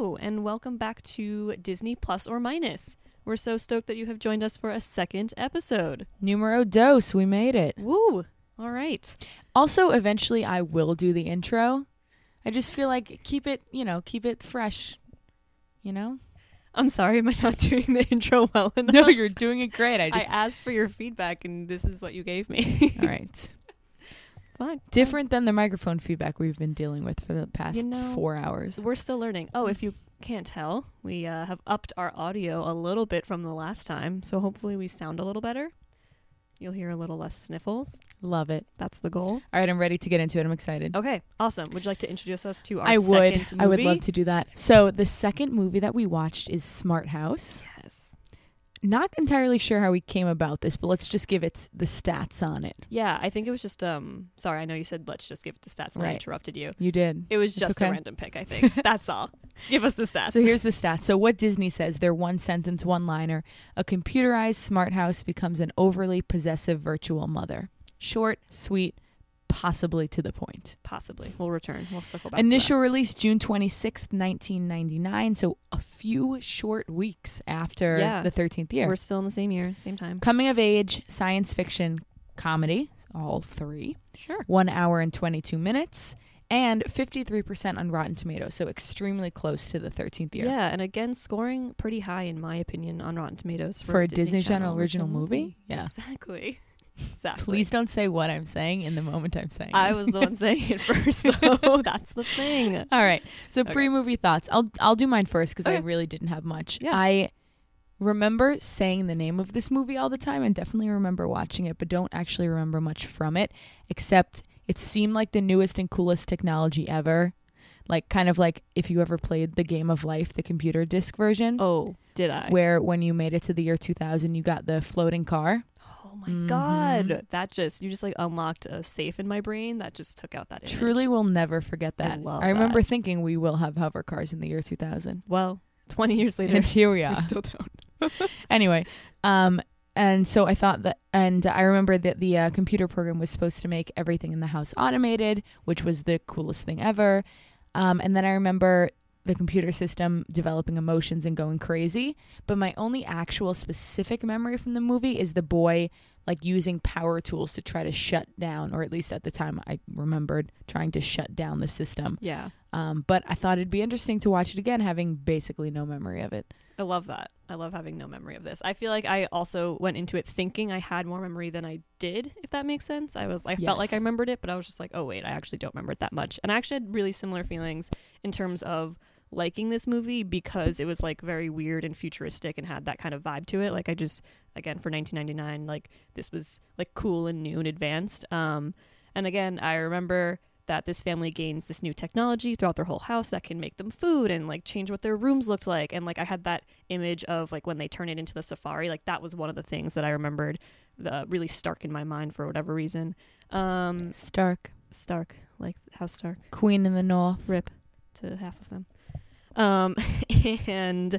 welcome back to Disney Plus or Minus. We're so stoked that you have joined us for a second episode. Numero dos, we made it. Woo! All right. Also, eventually, I will do the intro. I just feel like keep it, you know, keep it fresh. You know? I'm sorry, am I not doing the intro well enough? No, you're doing it great. I I just. asked for your feedback and this is what you gave me. all right. Fine. Different than the microphone feedback we've been dealing with for the past You know- four hours. We're still learning. Oh, if you can't tell, we uh, have upped our audio a little bit from the last time, so hopefully we sound a little better. You'll hear a little less sniffles. Love it. That's the goal. All right, I'm ready to get into it. I'm excited. Okay, awesome. Would you like to introduce us to Oh, our I would. second movie? I would love to do that. So, the second movie that we watched is Smart House. Yes. Not entirely sure how we came about this, but let's just give it the stats on it. Yeah, I think it was just um sorry, I know you said let's just give it the stats and I Right. interrupted you. You did. It was It's just a okay. random pick, I think. That's all. Give us the stats. So here's the stats. So what Disney says, their one sentence one liner, a computerized smart house becomes an overly possessive virtual mother. Short, sweet, possibly to the point. possibly. We'll return. We'll circle back. to that. Initial release June 26th, 1999, so a few short weeks after Yeah. the 13th year. We're still in the same year, same time. Coming of age, science fiction, comedy, all three. Sure. 1 hour and 22 minutes and 53% on Rotten Tomatoes, so extremely close to the 13th year. Yeah, and again, scoring pretty high in my opinion on Rotten Tomatoes for, For a Disney Channel original movie? Yeah, Yeah. exactly. Exactly. Please don't say what I'm saying in the moment I'm saying. I it. was the one saying it first, though. That's the thing. All right. So Okay. pre-movie thoughts. I'll I'll do mine first because I Okay. really didn't have much. Yeah. I remember saying the name of this movie all the time and definitely remember watching it, but don't actually remember much from it except it seemed like the newest and coolest technology ever. Like kind of like if you ever played the game of life, the computer disc version, Oh, did I? where when you made it to the year 2000, you got the floating car. Oh my Mhm. god, that just you just like unlocked a safe in my brain that just took out that image. Truly will never forget I that. love remember that. thinking we will have hover cars in the year 2000. Well, twenty years later, And here we are. I still don't. anyway, um, and so I thought that, and I remember that the uh, computer program was supposed to make everything in the house automated, which was the coolest thing ever. Um, and then I remember the computer system developing emotions and going crazy. But my only actual specific memory from the movie is the boy like using power tools to try to shut down, or at least at the time I remembered trying to shut down the system. Yeah, Um, but I thought it'd be interesting to watch it again, having basically no memory of it. I love that. I love having no memory of this. I feel like I also went into it thinking I had more memory than I did, if that makes sense. I was I felt like Yes. I remembered it, but I was just like, "Oh wait, I actually don't remember it that much." And I actually had really similar feelings in terms of liking this movie because it was like very weird and futuristic and had that kind of vibe to it. Like I just again for 1999, like this was like cool and new and advanced. Um and again, I remember that this family gains this new technology throughout their whole house that can make them food and like change what their rooms looked like and like i had that image of like when they turn it into the safari like that was one of the things that i remembered uh, really stark in my mind for whatever reason um Stark, stark like how stark Queen in the North. rip to half of them um and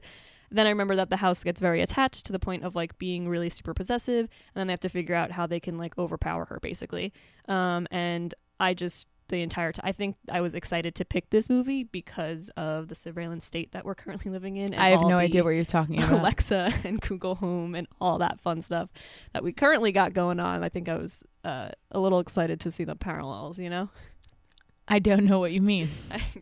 then i remember that the house gets very attached to the point of like being really super possessive and then they have to figure out how they can like overpower her basically um and i just the entire time i think i was excited to pick this movie because of the surveillance state that we're currently living in and I have all no the- idea what you're talking about. Alexa and Google Home and all that fun stuff that we currently got going on. I think I was uh, a little excited to see the parallels, you know? I don't know what you mean.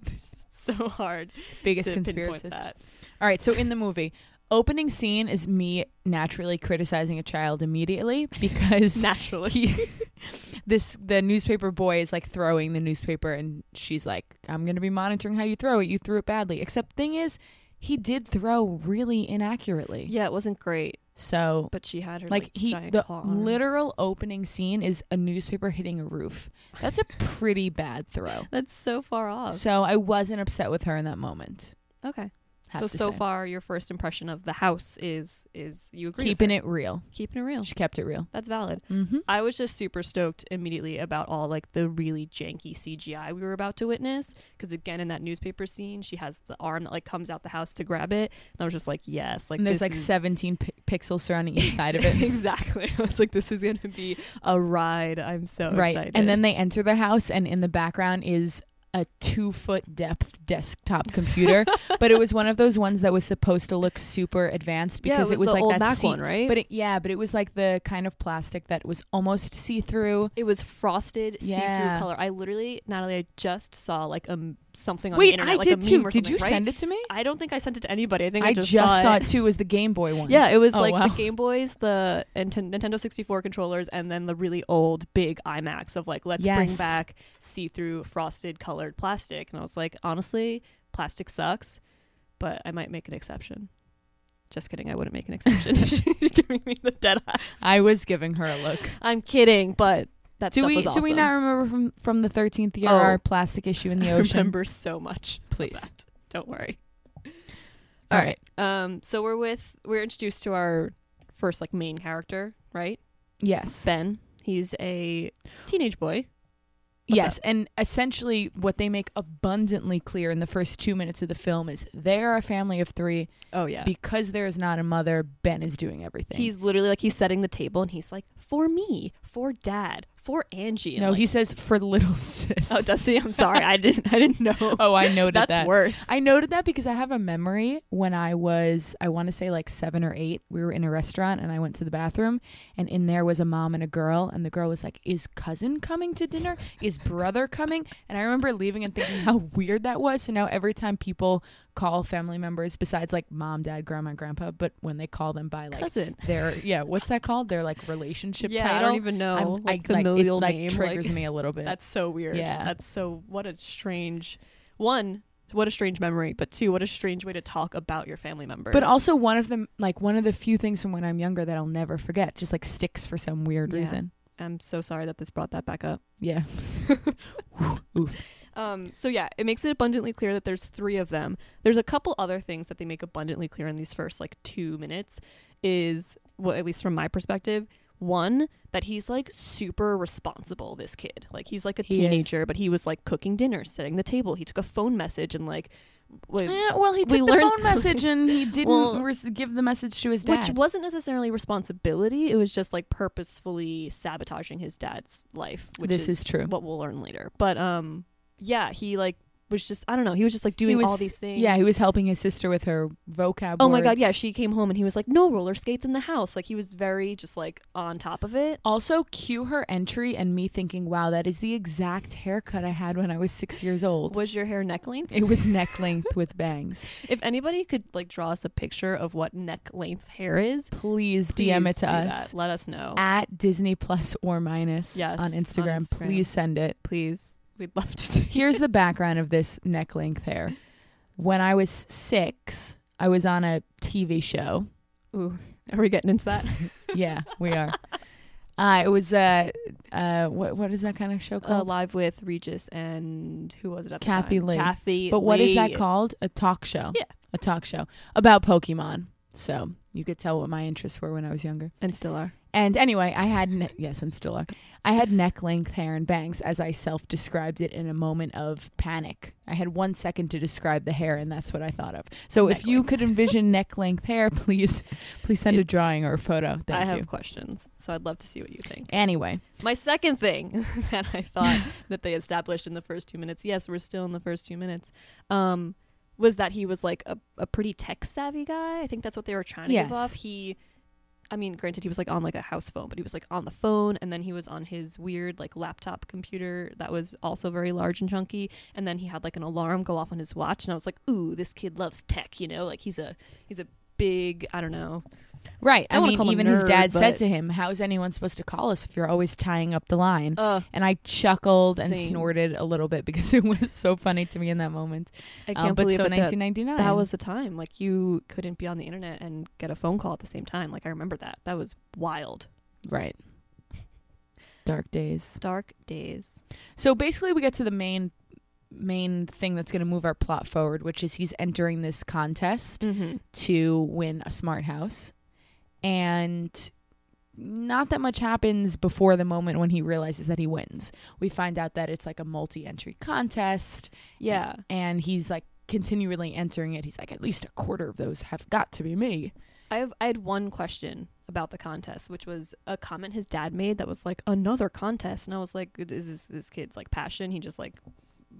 It's so hard Biggest to pinpoint conspiracist. that. All right, so in the movie, opening scene is me naturally criticizing a child immediately because Naturally. he, this the newspaper boy is like throwing the newspaper and she's like, "I'm going to be monitoring how you throw it. You threw it badly." Except thing is, he did throw really inaccurately. Yeah, it wasn't great, So but she had her like, like he giant the claw on her. literal opening scene is a newspaper hitting a roof. That's a pretty bad throw. That's so far off. So I wasn't upset with her in that moment. Okay. have so to so say. far your first impression of the house is is you agree Oh. keeping it real. keeping it real. She kept it real. That's valid. Mm-hmm. I was just super stoked immediately about all like the really janky CGI we were about to witness. Because again, in that newspaper scene, she has the arm that like comes out the house to grab it, and I was just like, yes, like and there's this like is- 17 pi pixels surrounding each side of it. exactly. I was like, this is gonna be a ride. I'm so right. excited. And then they enter the house, and in the background is a two foot depth desktop computer, but it was one of those ones that was supposed to look super advanced because yeah, it was, the like old that Mac see- one, right? But it, yeah, but it was like the kind of plastic that was almost see through. It was frosted, Yeah. see-through color. I literally, Natalie, I just saw like um something on the Wait, internet, I like did a too. meme or Did you something, right? send it to me? I don't think I sent it to anybody. I think I, I just, saw it too. Was the Game Boy one? Yeah, it was Oh, like wow. the Game Boys, the Nint- Nintendo 64 controllers, and then the really old big IMAX of like, let's bring Yes. back see-through, frosted, colored plastic. And I was like, honestly, plastic sucks, but I might make an exception. Just kidding. I wouldn't make an exception. You're giving me the dead eyes. I was giving her a look. I'm kidding, but that do stuff we was awesome. do we not remember from from the thirteenth year Oh. our plastic issue in the I ocean? remember so much. of Please. that. Don't worry. All right. Um, so we're with we're introduced to our first like main character, right? Yes. Ben. He's a teenage boy. What's yes, and essentially what they make abundantly clear in the first 2 minutes of the film is they are a family of 3 Oh yeah. because there is not a mother, Ben is doing everything. he's literally like he's setting the table and he's like, For me, for dad, for Angie. And No, I'm like, he says for little sis. Oh Dusty, I'm sorry. I didn't I didn't know. Oh, I noted That's that. worse. I noted that because I have a memory when I was, I want to say like seven or eight. We were in a restaurant and I went to the bathroom, and in there was a mom and a girl. And the girl was like, Is cousin coming to dinner? Is brother coming? And I remember leaving and thinking how weird that was. So now every time people call family members, besides like mom, dad, grandma, grandpa, but when they call them by like Cousin. their, yeah, what's that called? Their like relationship yeah, title. I don't even know. I'm- like I, familial it, like, name. triggers like, me a little bit. That's so weird. Yeah. That's so what a strange one, what a strange memory, but two, what a strange way to talk about your family members. But also one of them, like one of the few things from when I'm younger that I'll never forget, just like sticks for some weird Yeah. reason. I'm so sorry that this brought that back up. Yeah. Um, so yeah, it makes it abundantly clear that there's three of them. There's a couple other things that they make abundantly clear in these first like two minutes is well, at least from my perspective, one that he's like super responsible. This kid, like he's like a He is. teenager, but he was like cooking dinner, setting the table. He took a phone message and like, w- Eh, well, he We took the learned- phone message and he didn't Well- res- give the message to his which dad. wasn't necessarily responsibility. It was just like purposefully sabotaging his dad's life. Which this is, true. what we'll learn later. But um, yeah, he like was just I don't know. He was just like He doing was- all these things. Yeah, he was helping his sister with her vocab. Oh my god, yeah, words. she came home and he was like, "No roller skates in the house." Like he was very just like on top of it. also, cue her entry and me thinking, "Wow, that is the exact haircut I had when I was six years old." Was your hair neck length? It was neck length with bangs. If anybody could like draw us a picture of what neck length hair is, Please, please DM it to do us that. Let us know, at Disney Plus or minus Yes, on on Instagram. Instagram. Please send it. please. We'd love to see. Here's the background of this neck length hair. When I was six, I was on a TV show. Ooh, are we getting into that? Yeah, we are. Uh, it was uh, uh, what what is that kind of show Uh, called? live with Regis and who was it at Kathy the time? Lee. Kathy. but what is that Lee. called? A talk show. Yeah. a talk show about Pokemon. So you could tell what my interests were when I was younger. And still are. And anyway, I had ne- yes, and still are. I had neck length hair and bangs, as I self described it in a moment of panic. I had one second to describe the hair, and that's what I thought of. So, if Neck you length. could envision neck length hair, please, please send a It's- drawing or a photo. Thank I have you. questions, so I'd love to see what you think. Anyway, My second thing that I thought that they established in the first two minutes, yes, we're still in the first two minutes, um, was that he was like a, a pretty tech savvy guy. I think that's what they were trying to Yes. give off. He, I mean, granted, he was like on like a house phone, but he was like on the phone and then he was on his weird like laptop computer that was also very large and chunky. And then he had like an alarm go off on his watch. And I was like, ooh, this kid loves tech, you know? Like he's a, he's a big, I don't know. right. I I, wanna mean, call him a even his nerd, dad said but- to him, "How is anyone supposed to call us if you're always tying up the line?" Uh, and I chuckled and Same. snorted a little bit because it was so funny to me in that moment. I Um, can't but believe so that that 1999. that was the time like you couldn't be on the internet and get a phone call at the same time like i remember that that was wild right. Dark days. dark days So basically, we get to the main main thing that's going to move our plot forward, which is he's entering this contest mm-hmm. to win a smart house, and not that much happens before the moment when he realizes that he wins. We find out that it's like a multi-entry contest, yeah and he's like continually entering it. He's like, at least a quarter of those have got to be me. i have i had one question about the contest which was a comment his dad made that was like another contest and i was like is this this kid's like passion he just like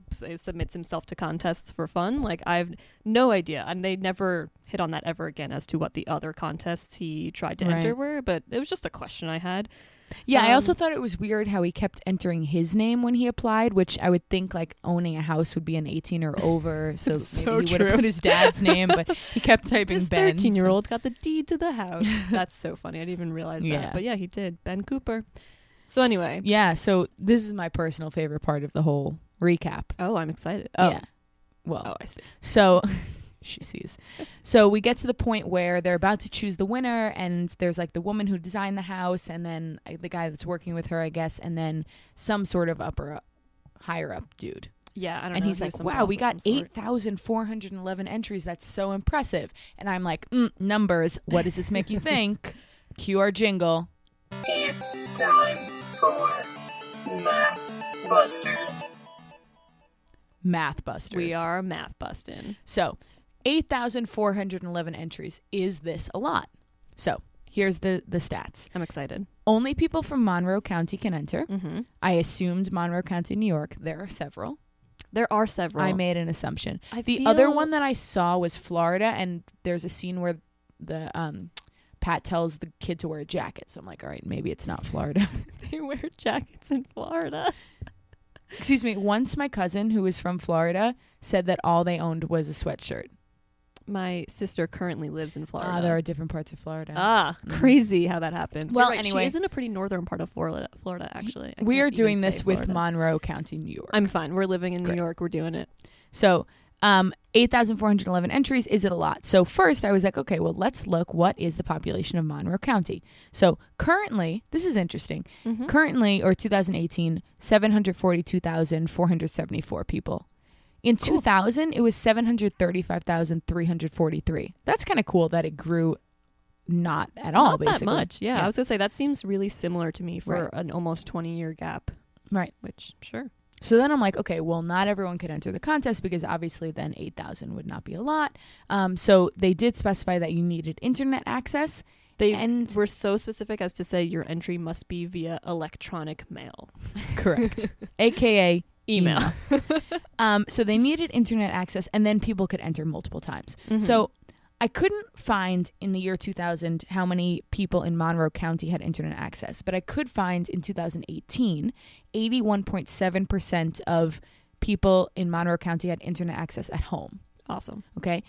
s- submits himself to contests for fun. Like I've no idea, and they never hit on that ever again as to what the other contests he tried to Right. enter were. But it was just a question I had. Yeah, I Um, also thought it was weird how he kept entering his name when he applied, which I would think like owning a house would be an 18 or over, so maybe It's so he would have true. put his dad's name, but he kept typing This Ben. so- thirteen-year-old got the deed to the house. That's so funny. I didn't even realize Yeah. that. But yeah, he did. Ben Cooper. So anyway. yeah, so this is my personal favorite part of the whole recap. Oh, I'm excited. Oh, Yeah. Well, oh, I see. So she sees. So we get to the point where they're about to choose the winner, and there's like the woman who designed the house, and then uh, the guy that's working with her, I guess, and then some sort of upper, higher up dude. Yeah, I don't know. And he's Uh-huh. He was like, someone "Wow, else we of got some sort. eight thousand four hundred and eleven entries. That's so impressive." And I'm like, mm, "Numbers. What does this make you think?" Cue our jingle. It's time for Math Busters. Math busters. We are math busting. So, 8,411 entries. Is this a lot? So, here's the the stats. I'm excited. Only people from Monroe County can enter. Mm-hmm. I assumed Monroe County, New York. There are several. There are several. I made an assumption. I The other feel- one that I saw was Florida, and there's a scene where the um, Pat tells the kid to wear a jacket. So I'm like, all right, maybe it's not Florida. they wear jackets in Florida. Excuse me. Once my cousin, who was from Florida, said that all they owned was a sweatshirt. My sister currently lives in Florida. Ah, there are different parts of Florida. Ah, Mm. crazy how that happens. Well, You're right, anyway. she is in a pretty northern part of Florida. Florida, actually. I we can't are even doing say this with Florida. Monroe County, New York. I'm fine. We're living in New Great. York. We're doing it. So, um, 8,411 entries. Is it a lot? So, first, I was like, okay, well, let's look what is the population of Monroe County. So, currently, this is interesting. Mm-hmm. Mm-hmm. Currently, or 2018, 742,474 people. In 2000, it was 735,343. That's kind of cool that it grew not at all, Not Oh, that basically. much. Yeah, Yeah. I was gonna say that seems really similar to me for Right. an almost 20 year gap. Right. Which sure. So then I'm like, okay, well, not everyone could enter the contest because obviously then 8,000 would not be a lot. Um, so they did specify that you needed internet access. They And- were so specific as to say your entry must be via electronic mail, Correct. AKA email. Um, so they needed internet access and then people could enter multiple times. Mhm. So I couldn't find in the year 2000 how many people in Monroe County had internet access, but I could find in 2018, 81.7% of people in Monroe County had internet access at home. awesome. okay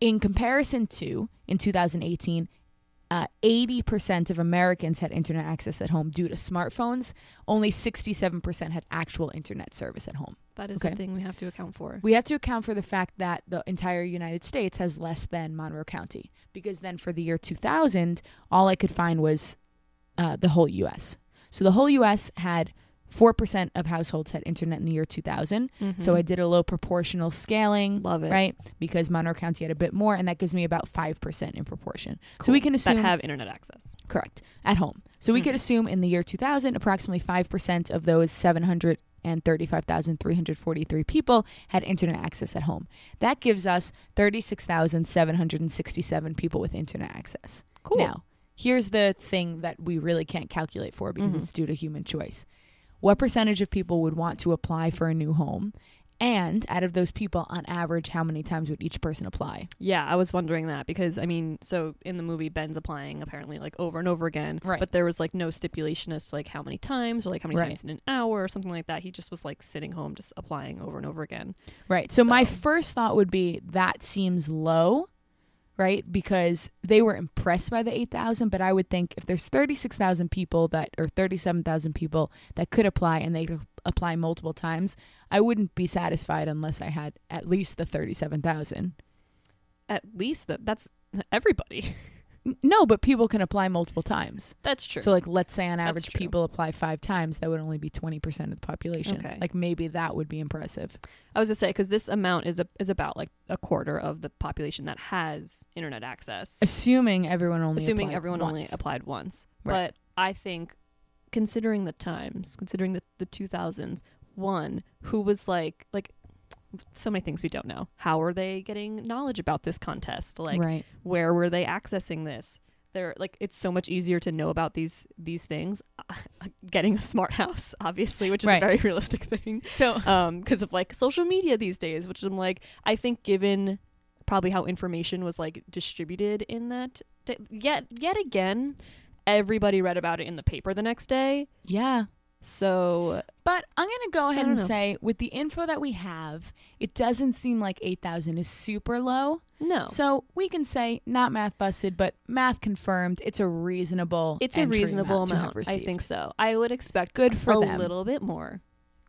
in comparison to in 2018 uh, 80% of americans had internet access at home due to smartphones only 67% had actual internet service at home That is Okay. a thing we have to account for. we have to account for the fact that the entire united states has less than monroe county because then for the year 2000 all i could find was uh, the whole us so the whole us had 4% of households had internet in the year 2000 so Mm-hmm. i did a low proportional scaling love it. Mm-hmm. right? Because Monroe County had a bit more, and that gives me about five percent in proportion. So we Cool. can assume that have internet access. correct at home. So we could assume in the year 2000, approximately five percent of those 735,343 people had internet access at home. That gives us 36,767 people with internet access. Cool. Now, here's the thing that we really can't calculate for because Mhm. it's due to human choice. What percentage of people would want to apply for a new home? And out of those people, on average, how many times would each person apply? Yeah, I was wondering that because I mean, so in the movie Ben's applying apparently like over and over again, Right. but there was like no stipulation as to like how many times or like how many Right. times in an hour or something like that. He just was like sitting home just applying over and over again. Right. So, my So- first thought would be that seems low, right? Because they were impressed by the 8,000. But I would think if there's 36,000 people that, or 37,000 people that could apply and they could apply multiple times, I wouldn't be satisfied unless I had at least the 37,000. At least that that's everybody. N- No, but people can apply multiple times. That's true. So, like, let's say on That's average true. people apply five times, that would only be 20% of the population. Okay. Like, maybe that would be impressive. I was gonna say because this amount is a, is about like a quarter of the population that has internet access, Assuming everyone only assuming applied everyone only once. applied once. Right. But I think considering the times, considering the the two thousands, one who was like like so many things we don't know. How are they getting knowledge about this contest? Like right. where were they accessing this? they're like it's so much easier to know about these these things getting a smart house obviously which is a Right. very realistic thing So um because of like social media these days which i'm like i think given probably how information was like distributed in that day, yet yet again everybody read about it in the paper the next day yeah. so But I'm gonna go ahead don't and know. say, with the info that we have, it doesn't seem like eight thousand is super low. no So we can say not math busted, but math confirmed. It's a reasonable. it's a entry reasonable amount. to have amount i received. think so i would expect Good for a them. little bit more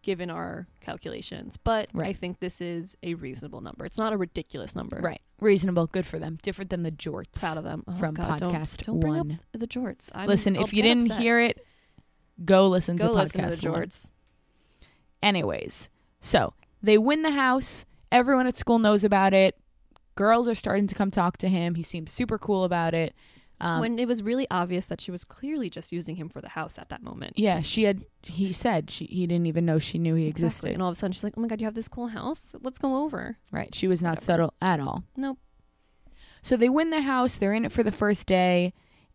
given our calculations but i Right. think this is a reasonable number it's not a ridiculous number Right. Reasonable. Good for them. Different than the jorts. proud of them Oh, from God, don't- podcast don't, bring one. up the jorts I'm, listen, I'll if you get didn't upset. hear it, go listen go to listen podcast to the one. jorts Anyways, so they win the house. Everyone at school knows about it. Girls are starting to come talk to him. He seems super cool about it. Um, when it was really obvious that she was clearly just using him for the house at that moment. yeah, she had. He said she. He didn't even know she knew he existed. Exactly. And all of a sudden she's like, "Oh my god, you have this cool house. Let's go over." Right. She was not Whatever. subtle at all. Nope. So they win the house. They're in it for the first day,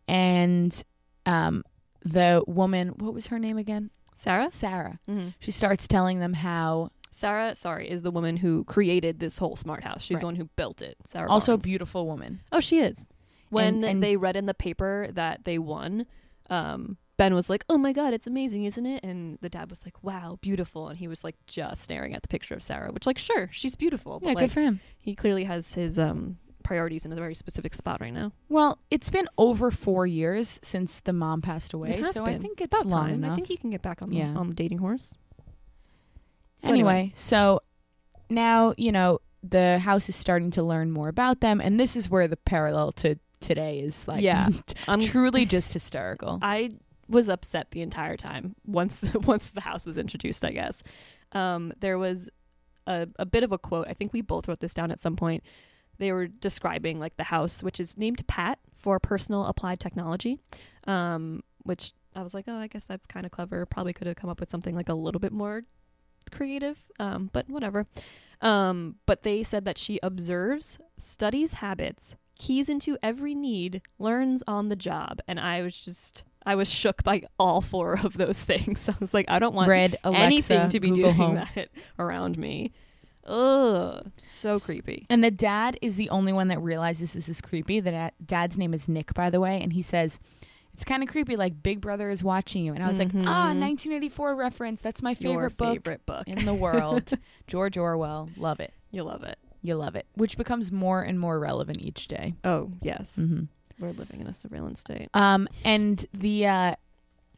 and um, the woman. What was her name again? Sarah. Sarah. Mhm. She starts telling them how Sarah, sorry, is the woman who created this whole smart house. She's Right. the one who built it. Sarah. also a Barnes. beautiful woman. Oh, she is. When And- and- they read in the paper that they won, um, Ben was like, "Oh my god, it's amazing, isn't it?" And the dad was like, "Wow, beautiful." And he was like just staring at the picture of Sarah, which like, sure, she's beautiful, but Yeah, like good for him. he clearly has his um priorities in a very specific spot right now. Well, it's been over four years since the mom passed away, so I think it's, about long time. enough. I think he can get back on Yeah. the on the dating horse. So anyway, so now you know the house is starting to learn more about them, and this is where the parallel to today is like, Yeah. I'm, truly just hysterical. I was upset the entire time once once the house was introduced. I guess um, there was a, a bit of a quote. I think we both wrote this down at some point. They were describing like the house, which is named Pat for personal applied technology, um, which I was like, oh, I guess that's kind of clever. Probably could have come up with something like a little bit more creative, um, but whatever. Um, but they said that she observes, studies habits, keys into every need, learns on the job, and I was just. I was shook by all four of those things. I was like, I don't want Red Alexa, anything to be Google doing Home. that around me. Ugh, so S- creepy. And the dad is the only one that realizes this is creepy. The da- dad's name is Nick, by the way, and he says, "It's kind of creepy. Like Big Brother is watching you." And I was Mhm. like, "Ah, 1984 reference. That's my favorite Your book favorite book. in the world. George Orwell. Love it. You love it. You love it." Which becomes more and more relevant each day. Oh yes, Mm-hmm. we're living in a surveillance state. Um, and the uh,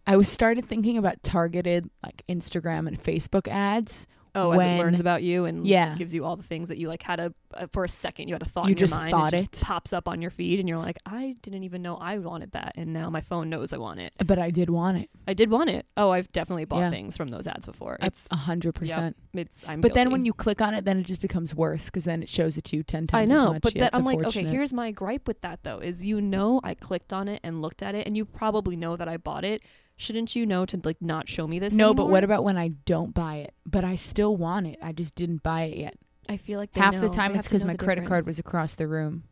I was started thinking about targeted like Instagram and Facebook ads. Oh, as When- it learns about you and Yeah. gives you all the things that you like had a uh, for a second you had a thought You in just your mind thought it, just it. pops up on your feed and you're like I didn't even know I wanted that and now my phone knows I want it. But I did want it. I did want it. Oh, I've definitely bought Yeah. things from those ads before. It's It's hundred percent. it's I'm But then guilty. when you click on it, then it just becomes worse because then it shows it to you ten I times. know, as much. but Yeah, that, it's I'm like, okay, unfortunate. here's my gripe with that though: is you know I clicked on it and looked at it, and you probably know that I bought it. Shouldn't you know to like not show me this? No, but anymore? what about when I don't buy it, but I still want it? I just didn't buy it yet. I feel like they Half know. the time They have it's to because know my the credit card difference. was across the room.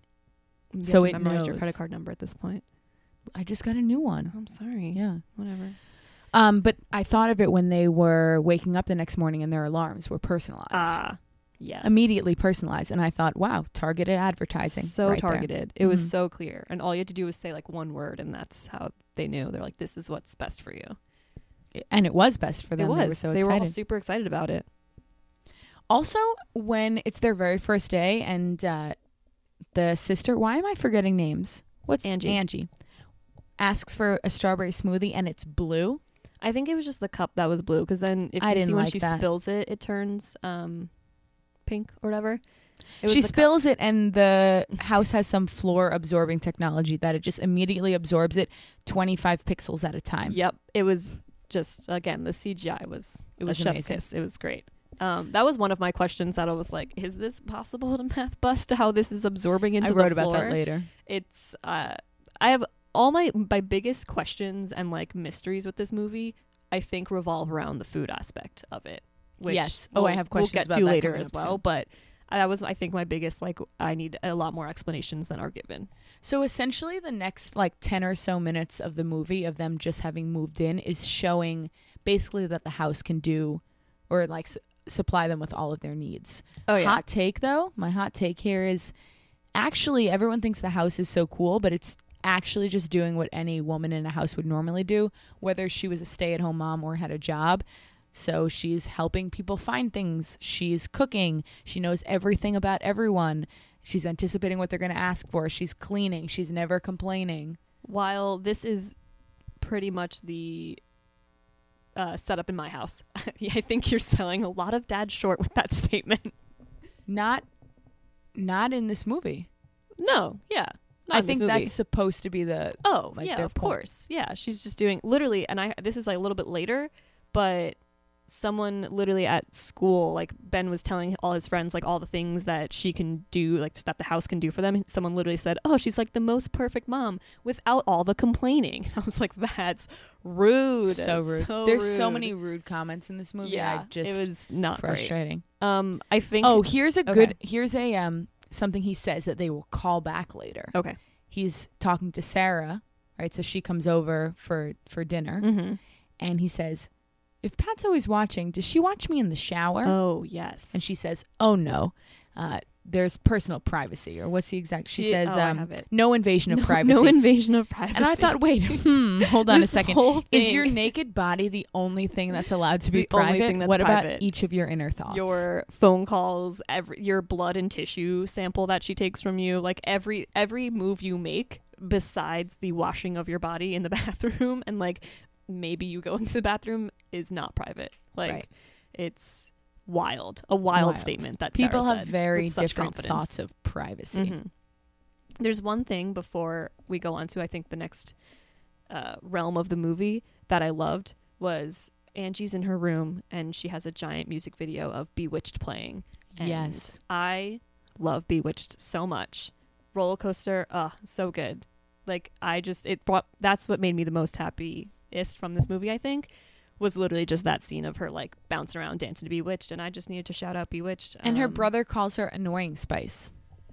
You have so to it memorize your credit knows. Oh, card number at this point. I just got a new one. I'm sorry. Yeah. Whatever. Um, but I thought of it when they were waking up the next morning and their alarms were personalized. Ah, yes. immediately personalized and i thought wow targeted advertising So right there. targeted. It was Mhm. so clear, and all you had to do was say like one word, and that's how they knew. They're like, "This is what's best for you." and it was best for them it was. they were so excited all super excited about it. also when it's their very first day and uh the sister why am i forgetting names what's Angie. angie asks for a strawberry smoothie and it's blue I think it was just the cup that was blue because then if you I see didn't when like she that. spills it, it turns um, pink or whatever. It was she the cup. spills it and the house has some floor absorbing technology that it just immediately absorbs it 25 pixels at a time Yep, it was just again the CGI was it was That's chef's amazing. kiss. It was great. Um, that was one of my questions that I was like, is this possible to math bust how this is absorbing into i wrote the about floor? that later It's uh, I have all my my biggest questions and like mysteries with this movie. I think revolve around the food aspect of it. Which Yes. Oh, I have questions We'll get about to that later coming as up well, soon. but that was I think my biggest like I need a lot more explanations than are given. So essentially, the next like 10 or so minutes of the movie of them just having moved in is showing basically that the house can do or like s- supply them with all of their needs. Oh Hot take though, my hot take here is actually everyone thinks the house is so cool, but it's actually just doing what any woman in a house would normally do, whether she was a stay at home mom or had a job. So she's helping people find things. She's cooking. She knows everything about everyone. She's anticipating what they're going to ask for. She's cleaning. She's never complaining. While this is pretty much the uh, setup in my house, I think you're selling a lot of dad short with that statement. Not not in this movie. No, yeah, not I in this think movie. that's supposed to be the Oh, like, yeah, their of point. course. Yeah, she's just doing literally, and I this is like a little bit later, but someone literally at school, like Ben was telling all his friends, like all the things that she can do, like that the house can do for them. Someone literally said, "Oh, she's like the most perfect mom without all the complaining." I was like, "That's rude. so rude. There's so many rude comments in this movie. Yeah, I just it was not great. frustrating. Um, I think. Oh, here's a Okay. good here's a um something he says that they will call back later. okay. He's talking to Sarah, right? So she comes over for for dinner Mm-hmm. and he says, "If Pat's always watching, does she watch me in the shower?" Oh yes. And she says, "Oh no. Uh there's personal privacy or what's the exact she, She- says oh, I um have it. no invasion of no, privacy." no invasion of privacy. and I thought, "Wait, hmm, hold on a This second. whole Is your thing- naked body the only thing that's allowed It's to be the only private? thing that's what about private. each of your inner thoughts? your phone calls every your blood and tissue sample that she takes from you like every every move you make besides the washing of your body in the bathroom and like maybe you going to the bathroom is not private like Right. it's wild a wild, Wild. statement that People Sarah have said very with such different confidence. thoughts of privacy. Mhm. There's one thing before we go on to I think the next uh, realm of the movie that I loved was Angie's in her room and she has a giant music video of Bewitched playing. And Yes. I love Bewitched so much. Roller coaster, uh, so good. Like I just it brought that's what made me the most happiest from this movie. I think was literally just that scene of her like bouncing around dancing to Bewitched, and I just needed to shout out Bewitched. And her Um, brother calls her annoying spice.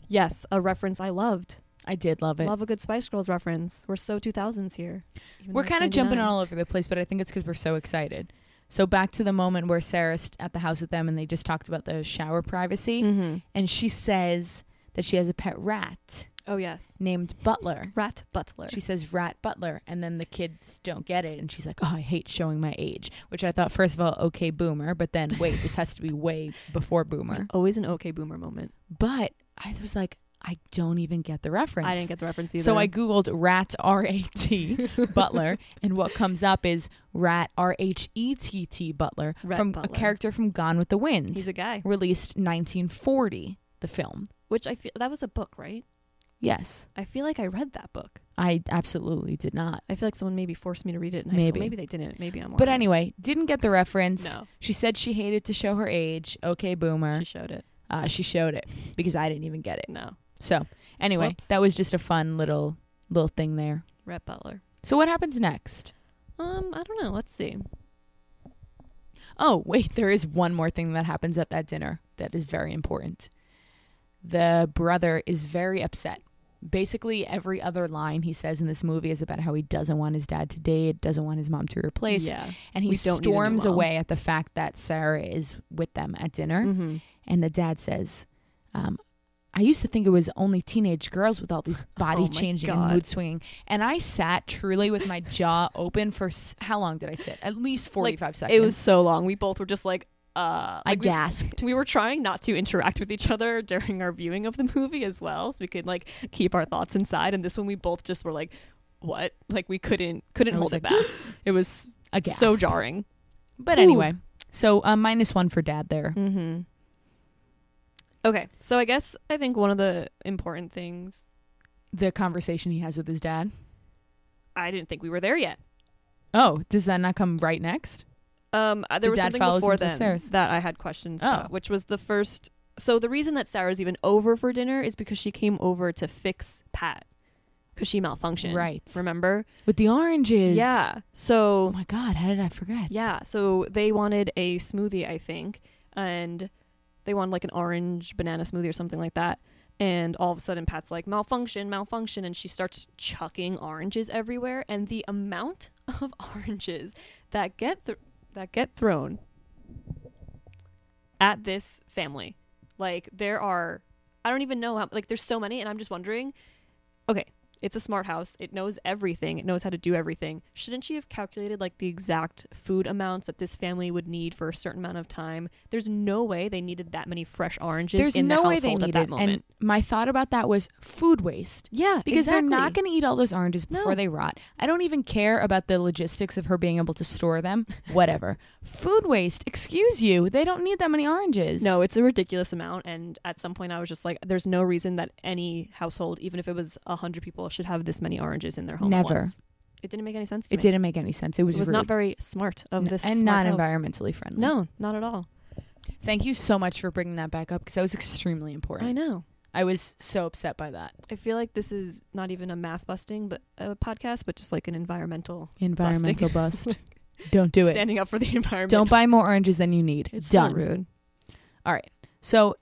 yes, a reference I loved. I did love it. Love a good Spice Girls reference. We're so 2000s here. even we're though kind of it's jumping 99. all over the place, but I think it's because we're so excited. So back to the moment where Sarah's at the house with them, and they just talked about the shower Mm-hmm. privacy, and she says that she has a pet rat Oh yes, named Butler. Rat Butler. She says Rat Butler, and then the kids don't get it, and she's like, "Oh, I hate showing my age," which I thought first of all, okay, boomer, but then wait, this has to be way before boomer. Always an okay boomer moment. But I was like, I don't even get the reference. I didn't get the reference either. So I googled rat R A T Butler, and what comes up is rat R H E T T Butler Rhett from a Butler. character from Gone with the Wind, He's a guy, released 1940, the film. which I feel that was a book, right? Yes, I feel like I read that book. I absolutely did not. I feel like someone maybe forced me to read it in high Maybe. school. Maybe they didn't. Maybe I'm. But lying. anyway, didn't get the reference. No. She said she hated to show her age. Okay, boomer. she She, showed it. uh, she showed it because I didn't even get it. No, So anyway, Whoops. that was just a fun little little thing there. Rat Butler. So what happens next? Um, I don't know. Let's see. Oh, wait, there is one more thing that happens at that dinner that is very important. The brother is very upset. Basically, every other line he says in this movie is about how he doesn't want his dad to date, doesn't want his mom to replace, Yeah. and he We don't need a new storms mom. away at the fact that Sarah is with them at dinner. Mm-hmm. And the dad says, um, I used to think it was only teenage girls with all these body Oh my changing and God. mood swinging. And I sat truly with my jaw open for s- how long did I sit? At least 45 seconds. It was so long. We both were just like, uh, I like we- gasped. we were trying not to interact with each other during our viewing of the movie as well so we could like keep our thoughts inside and this one we both just were like what like we couldn't couldn't I was hold it back it was A gasp. so jarring But Ooh. anyway, so uh, minus one for dad there. mm-hmm okay so i guess i think one of the important things The conversation he has with his dad. i didn't think we were there yet Oh, does that not come right next? Um, uh, there The was dad something follows before him then upstairs. that I had questions Oh. about, which was the first. So the reason that Sarah's even over for dinner is because she came over to fix Pat because she malfunctioned. Right. Remember? With the oranges. Yeah. Oh So my God, how did I forget? yeah. So they wanted a smoothie, I think, and they wanted like an orange banana smoothie or something like that. And all of a sudden, Pat's like, malfunction, malfunction. And she starts chucking oranges everywhere. And the amount of oranges that get, th- that get thrown at this family, like, there are, I don't even know how, like, there's so many. And I'm just wondering, okay, it's a smart house. It knows everything. It knows how to do everything. Shouldn't she have calculated like the exact food amounts that this family would need for a certain amount of time? There's no way they needed that many fresh oranges There's in no the way they household need at that it. moment. And my thought about that was food waste. yeah, Because exactly. they're not going to eat all those oranges before No. they rot. I don't even care about the logistics of her being able to store them. Whatever. food waste, excuse you. They don't need that many oranges. No, it's a ridiculous amount. And at some point, I was just like, there's no reason that any household, even if it was 100 people, should have this many oranges in their home. at Never. once. It didn't make any sense to it me. didn't make any sense. It was, It was rude. not very smart of N- this and smart not house. environmentally friendly. No, not at all. Thank you so much for bringing that back up because that was extremely important. I know. I was so upset by that. I feel like this is not even a math busting but a podcast, but just like an environmental Environmental bust. Don't do it. standing up for the environment. Don't buy more oranges than you need. It's Done. so rude. So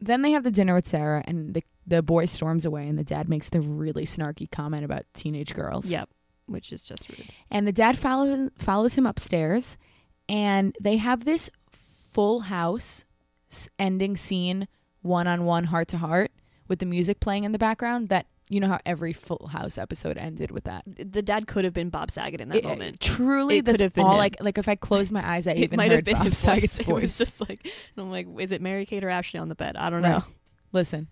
then they have the dinner with Sarah, and the the boy storms away, and the dad makes the really snarky comment about teenage girls. Yep, which is just rude. And the dad follows follows him upstairs, and they have this full house s- ending scene, one on one, heart to heart, with the music playing in the background. That you know how every Full House episode ended with that. The dad could have been Bob Saget in that It- moment. truly, It that's could have been all. him. Like, like if I closed my eyes, I It even might heard have been Bob his Saget's voice. It voice. was just like, and I'm like, is it Mary Kate or Ashley on the bed? I don't Right. know. Listen,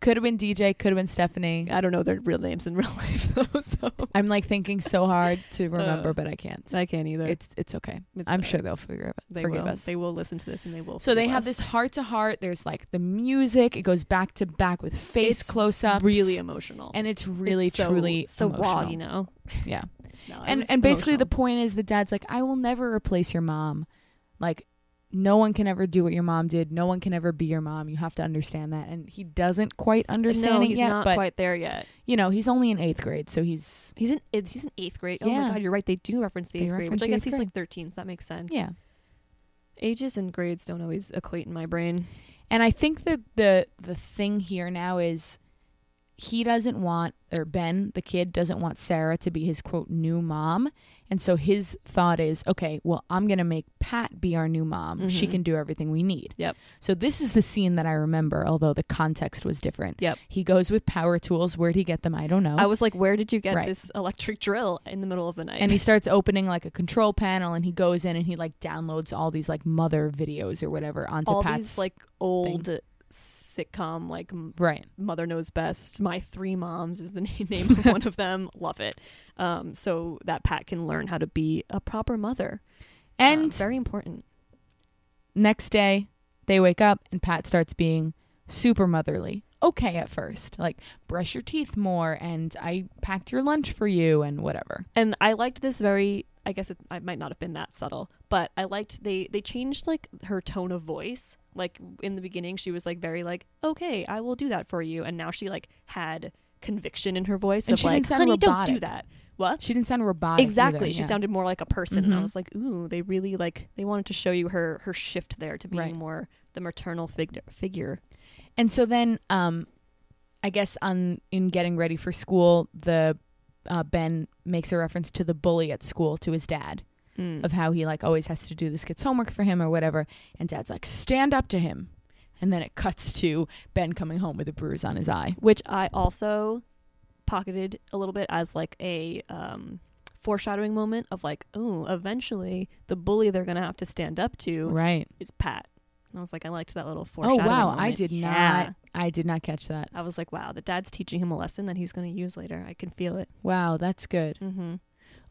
could have been DJ, could have been Stephanie. I don't know their real names in real life though, so I'm like thinking so hard to remember, Uh, but I can't. I can't either. It's it's okay. It's I'm all sure right. they'll figure it, they forgive will. us. They will listen to this and they will. so they forgive have us. this heart to heart. There's like the music. It goes back to back with face It's close ups. really emotional and it's really It's so- truly so raw, emotional. you know. Yeah. No, it And was and basically the emotional. point is the dad's like, I will never replace your mom. Like, no one can ever do what your mom did. No one can ever be your mom. You have to understand that. And he doesn't quite understand no, it he's yet. not but quite there yet. you know, he's only in eighth grade, so he's He's in it's- he's in eighth grade. Oh Yeah. my god, you're right. They do reference the They eighth grade, reference which the I guess eighth he's grade. like thirteen, so that makes sense. yeah. Ages and grades don't always equate in my brain. And I think that the the thing here now is he doesn't want or Ben, the kid doesn't want Sarah to be his quote new mom. And so his thought is, okay, well, I'm going to make Pat be our new mom. She Mhm. can do everything we need. Yep. So this is the scene that I remember, although the context was different. Yep. He goes with power tools. Where'd he get them? I don't know. I was like, where did you get Right. this electric drill in the middle of the night? and he starts opening like a control panel and he goes in and he like downloads all these like mother videos or whatever onto all Pat's these like old sitcom like m- right. Mother Knows Best. My three moms is the name, name of one of them. Love it. Um, so that Pat can learn how to be a proper mother. Um, And very important. Next day, they wake up and Pat starts being super motherly. Okay at first, like brush your teeth more and I packed your lunch for you and whatever. and I liked this very. I guess it I might not have been that subtle, but I liked they they changed like her tone of voice. Like in the beginning, she was like very like, "Okay, I will do that for you," and now she like had conviction in her voice And of she like, didn't sound "Honey, don't robotic. do that." What? She didn't sound robotic. exactly. either, She yeah. sounded more like a person, and Mhm. I was like, "Ooh, they really like they wanted to show you her her shift there to being Right. more the maternal figure figure." And so then, um, I guess on in getting ready for school, the uh, Ben makes a reference to the bully at school to his dad of how he like always has to do this kid's homework for him or whatever. And dad's like, stand up to him. And then it cuts to Ben coming home with a bruise on his eye. which I also pocketed a little bit as like a um, foreshadowing moment of like, oh, eventually the bully they're gonna have to stand up to Right. is Pat. And I was like, I liked that little Oh foreshadowing. wow, I moment. did not Yeah. I did not catch that. I was like, wow, the dad's teaching him a lesson that he's gonna use later. I can feel it. Wow, that's good. Mm-hmm.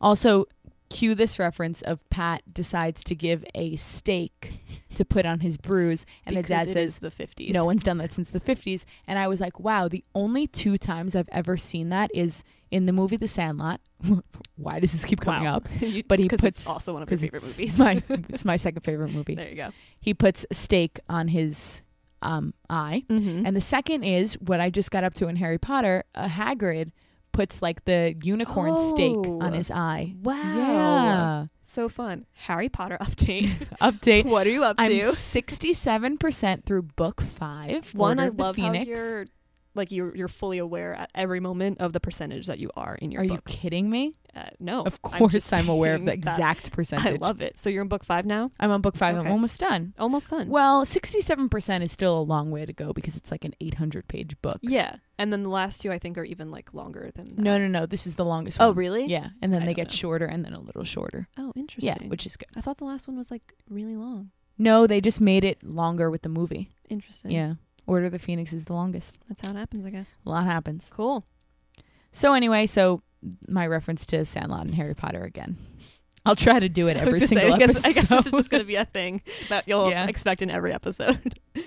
Also, cue this reference of Pat decides to give a steak to put on his bruise and the dad says the fifties. no one's done that since the 50s and I was like, wow, the only two times I've ever seen that is in the movie The Sandlot. Why does this keep coming Wow. up? You- But he 'cause it's puts- also one of his Because favorite it's movies. my it's my second favorite movie. there you go. He puts a steak on his um eye Mm-hmm. And the second is what I just got up to in Harry Potter. A Hagrid puts like the unicorn stake on Oh. his eye. Wow. Yeah. So fun. Harry Potter update. Update. what are you up I'm to? 67% through book five. One, Order I of the love Phoenix. how you're like you're you're fully aware at every moment of the percentage that you are in your Are books. you kidding me? Uh, no. Of I'm course, just I'm, aware of saying the that exact percentage. I love it. So you're in book five now. I'm on book five. Okay. I'm almost done. Almost done. Well, 67% is still a long way to go because it's like an 800 page book. yeah. And then the last two I think are even like longer than. That. No, no, no. This is the longest Oh one. really? Yeah. And then I they don't get know. shorter and then a little shorter. Oh, Yeah, interesting. which is good. I thought the last one was like really long. No, they just made it longer with the movie. Interesting. Yeah. Order of the Phoenix is the longest. That's how it happens, I guess. A lot happens. Cool. So anyway, so my reference to Sandlot and Harry Potter again. I'll try to do it I was every gonna say, single I guess, episode. I guess this is just going to be a thing that you'll Yeah. expect in every episode.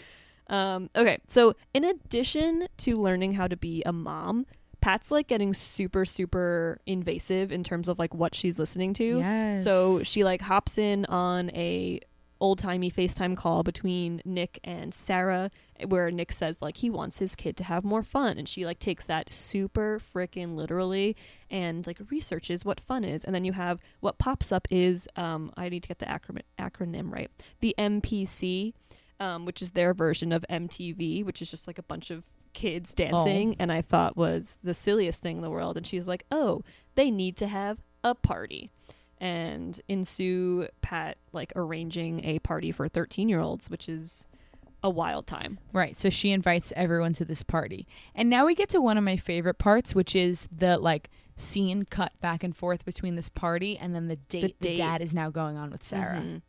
Um, okay, so in addition to learning how to be a mom, Pat's like getting super, super invasive in terms of like what she's listening to. yes. So she like hops in on a old timey FaceTime call between Nick and Sarah, where Nick says like he wants his kid to have more fun, and she like takes that super freaking literally and like researches what fun is, and then you have what pops up is um, I need to get the acronym acronym right, the MPC, um, which is their version of MTV, which is just like a bunch of kids dancing and i thought was the silliest thing in the world and she's like oh they need to have a party and ensue Pat like arranging a party for 13 year olds, which is a wild time. Right. So she invites everyone to this party. And now we get to one of my favorite parts, which is the like scene cut back and forth between this party and then the date the, date. Mm-hmm. dad is now going on with Sarah.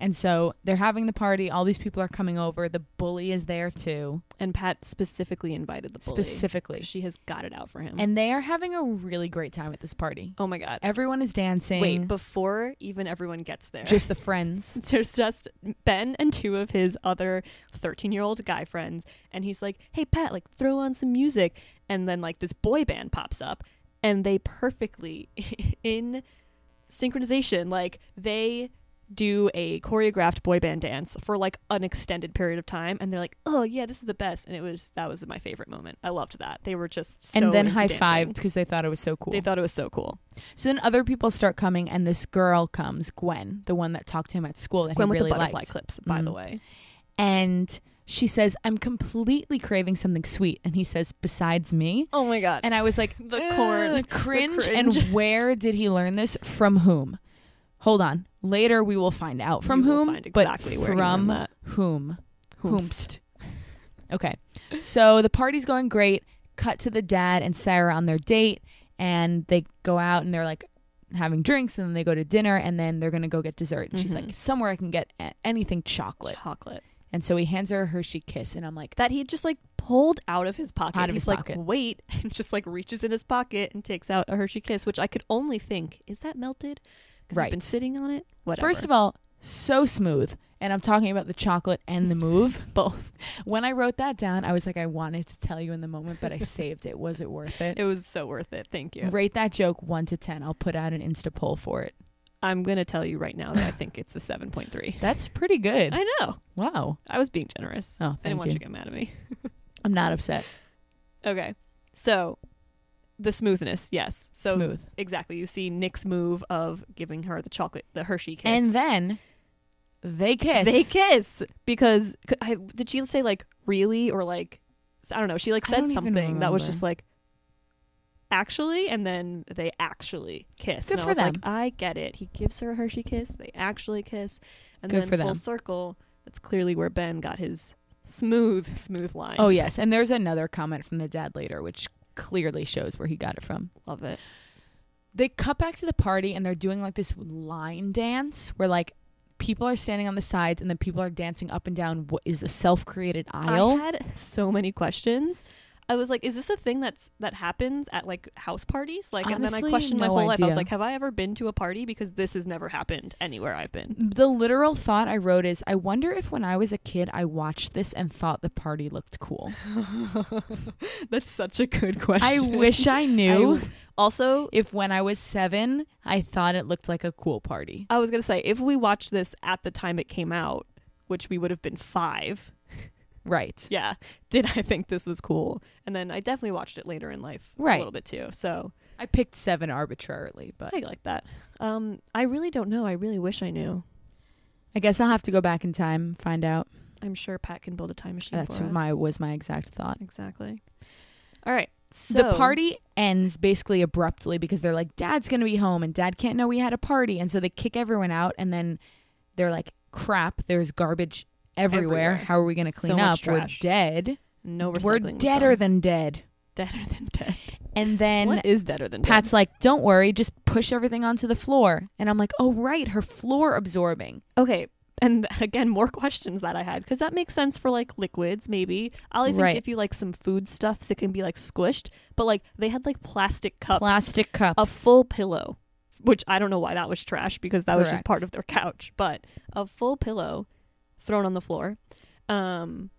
And so they're having the party, all these people are coming over, the bully is there too, And Pat specifically invited the bully. specifically. She has got it out for him. And they are having a really great time at this party. oh my god. Everyone is dancing. Wait, before even everyone gets there. just the friends. there's just Ben and two of his other 13 year old guy friends. And he's like, hey, Pat, like, throw on some music. And then, like, this boy band pops up and they perfectly, in synchronization, like, they do a choreographed boy band dance for like an extended period of time and they're like oh yeah this is the best and it was that was my favorite moment i loved that they were just so and then into high dancing. fived because they thought it was so cool. they thought it was so cool so then other people start coming, and this girl comes, Gwen, the one that talked to him at school that gwen he with really the butterfly liked. clips by the Mm. way And she says, "I'm completely craving something sweet," and he says, "Besides me." oh my god And I was like, The corn, the "Ugh, cringe." cringe. And where did he learn this? From whom? Hold on. Later we will find out from We will whom. find exactly but where he learned from that. whom? Whomst. Okay. So the party's going great. Cut to the dad and Sarah on their date, and they go out and they're like having drinks, and then they go to dinner, and then they're gonna go get dessert. And she's Mhm. like, somewhere I can get a- anything chocolate. chocolate And so he hands her a Hershey kiss, and I'm like, that he just like pulled out of his pocket. Out of He's his like, pocket. wait, and just like reaches in his pocket and takes out a Hershey Kiss, which I could only think, is that melted? Because Right. you've been sitting on it. Whatever. first of all, so smooth. And I'm talking about the chocolate and the move. both, When I wrote that down, I was like, I wanted to tell you in the moment, but I saved it. Was it worth it? it was so worth it. Thank you. Rate that joke one to ten. I'll put out an Insta poll for it. I'm gonna tell you right now that I think it's a 7.3. That's pretty good. I know. wow. I was being generous. Oh, I didn't thank want you you. to get mad at me. I'm not upset. Okay, so the smoothness, yes. So Smooth. exactly, you see Nick's move of giving her the chocolate, the Hershey kiss, And then they kiss. They kiss because c- I, did she say like really or like s- I don't know. She like I said don't even something that was remember. just like actually, and then they actually kiss. Good and I for was like, them. I get it. He gives her a Hershey kiss. They actually kiss, and Good then for full them. circle. That's clearly where Ben got his smooth, smooth lines. oh yes, and there's another comment from the dad later, which clearly shows where he got it from. love it. They cut back to the party and they're doing like this line dance where like people are standing on the sides and then people are dancing up and down what is a self-created I aisle. had so many questions. I was like, is this a thing that's that happens at like house parties? Like, and then I Honestly, questioned my no whole life. I was idea. like, have I ever been to a party? Because this has never happened anywhere I've been. the literal thought I wrote is I wonder if when I was a kid I watched this and thought the party looked cool. That's such a good question. I wish I knew also, if when I was 7 I thought it looked like a cool party. I was going to say if we watched this at the time it came out, which we would have been 5, Right. yeah, did I think this was cool? And then I definitely watched it later in life Right. a little bit too. So I picked seven arbitrarily, but I like that. Um, I really don't know. I really wish I knew. I guess I'll have to go back in time find out. I'm sure Pat can build a time machine That's for us. my was my exact thought. exactly. All right. So the party ends basically abruptly because they're like, Dad's gonna be home, and Dad can't know we had a party, and so they kick everyone out, and then they're like, Crap, there's garbage everywhere. Everywhere. How are we gonna clean So up? much trash. We're dead. No recycling. We're was deader done. than dead. deader than dead. And then what is deader than Pat's like, "Don't worry, just push everything onto the floor." And I'm like, "Oh right, her floor absorbing." dead? Okay. And again, more questions that I had because that makes sense for like liquids, maybe. I'll even Right. give you like some food stuffs. It can be like squished, but like they had like plastic cups, Plastic cups. a full pillow, which I don't know why that was trash because that was just Correct. part of their couch, but a full pillow thrown on the floor. Um,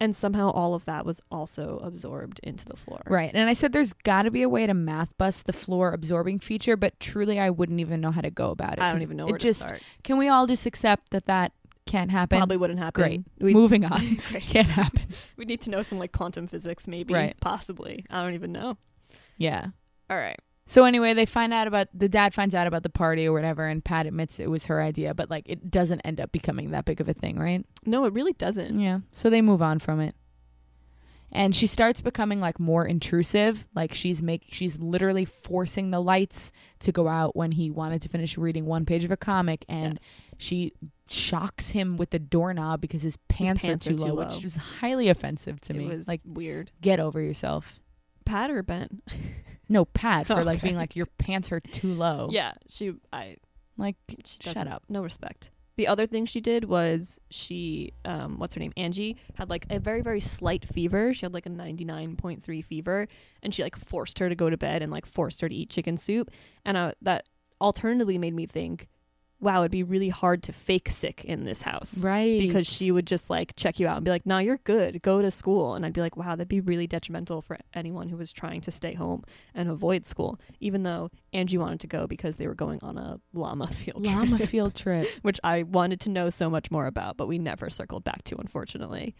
and somehow all of that was also absorbed into the floor. Right. And I said there's got to be a way to math bust the floor absorbing feature, but truly I wouldn't even know how to go about it. I 'cause don't even know it where to just, start. Can we all just accept that that can't happen? Probably wouldn't happen. Great. We, Moving on. Great. can't happen. we need to know some like quantum physics, maybe, Right. possibly. I don't even know. Yeah. All right. So anyway, they find out about the dad finds out about the party or whatever and Pat admits it was her idea, but like it doesn't end up becoming that big of a thing, right? No, it really doesn't. Yeah. So they move on from it. And she starts becoming like more intrusive. Like she's make she's literally forcing the lights to go out when he wanted to finish reading one page of a comic and Yes. she shocks him with the doorknob because his pants, pants are, too, low, low. which was highly offensive to it me. was Like like weird. get over yourself. Pat or Ben? No, Pat for like Okay. being like your pants are too low. Yeah, she. I Like She Shut doesn't- up. No respect. The other thing she did was she, um, what's her name? Angie had like a very, very slight fever. She had like a 99.3 fever and she like forced her to go to bed and like forced her to eat chicken soup. And I, that alternatively made me think, wow, it'd be really hard to fake sick in this house. right Because she would just like check you out and be like, nah, you're good. Go to school. And I'd be like, wow, that'd be really detrimental for anyone who was trying to stay home and avoid school, even though Angie wanted to go because they were going on a llama field trip llama field trip. which I wanted to know so much more about, but we never circled back to, unfortunately.